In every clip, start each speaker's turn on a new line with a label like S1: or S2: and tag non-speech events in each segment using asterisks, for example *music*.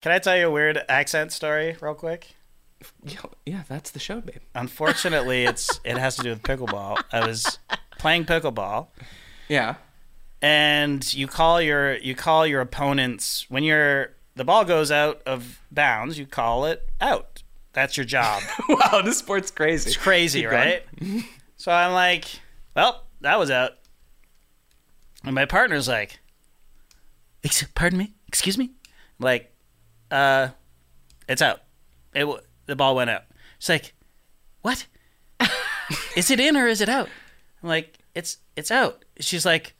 S1: Can I tell you a weird accent story real quick?
S2: Yeah, yeah, that's the show, babe.
S1: Unfortunately, it's it has to do with pickleball. I was playing pickleball
S2: Yeah. *laughs*
S1: and you call your you call your opponents when your the ball goes out of bounds, you call it out. That's your job.
S2: wow, this sport's crazy.
S1: It's crazy,
S2: Keep going.
S1: right?
S2: *laughs*
S1: so I'm like, well, that was out. And my partner's like, "Ex- pardon me, excuse me? I'm like, uh, it's out. It w- the ball went out. She's like,
S2: *laughs*
S1: what? is it in or is it out? I'm like, it's it's out. She's like,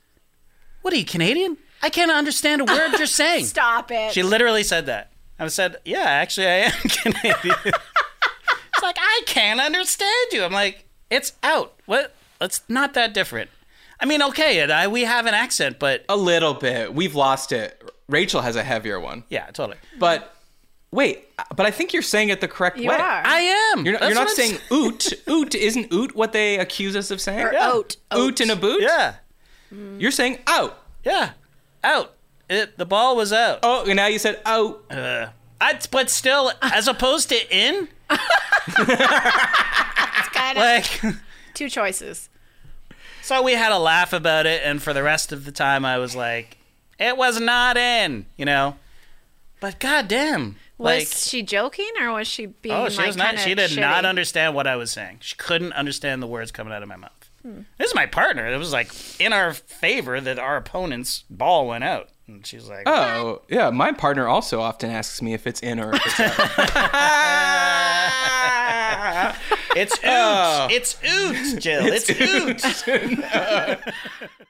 S1: what are you Canadian? I can't understand a word
S2: *laughs*
S1: you're saying.
S3: Stop it.
S1: She literally said that. I said, "Yeah, actually, I am *laughs* Canadian." She's like, "I can't understand you." I'm like, "It's out. What? It's not that different." I mean, okay, and I we have an accent, but
S2: A little bit. We've lost it. Rachel has a heavier one.
S1: yeah, totally.
S2: But wait, but I think you're saying it the correct
S3: you
S2: way.
S3: are.
S1: I am.
S2: You're not,
S1: That's
S2: you're not
S1: what I'm
S2: saying
S1: s-
S2: oot. *laughs* Oot isn't oot what they accuse us of saying.
S3: Or oat,
S2: Oot
S3: oat.
S2: in a boot.
S1: Yeah,
S2: You're saying out.
S1: yeah, out. It, the ball was out.
S2: Oh, and now you said *laughs* out.
S1: I, but still, as opposed to in,
S2: *laughs*
S3: Kinda
S1: like.
S3: two choices.
S1: So we had a laugh about it, and for the rest of the time, I was like, "It was not in," you know. But goddamn,
S3: Was
S1: like,
S3: she joking or was she being
S1: oh, she
S3: like
S1: was not.
S3: kinda
S1: She did
S3: shitty?
S1: not understand what I was saying. She couldn't understand the words coming out of my mouth. This is my partner. It was like in our favor that our opponent's ball went out, and she's like,
S2: Oh, yeah. My partner also often asks me if it's in or if it's out.
S3: Oh.
S1: "It's oot, it's oot, Jill, it's oot."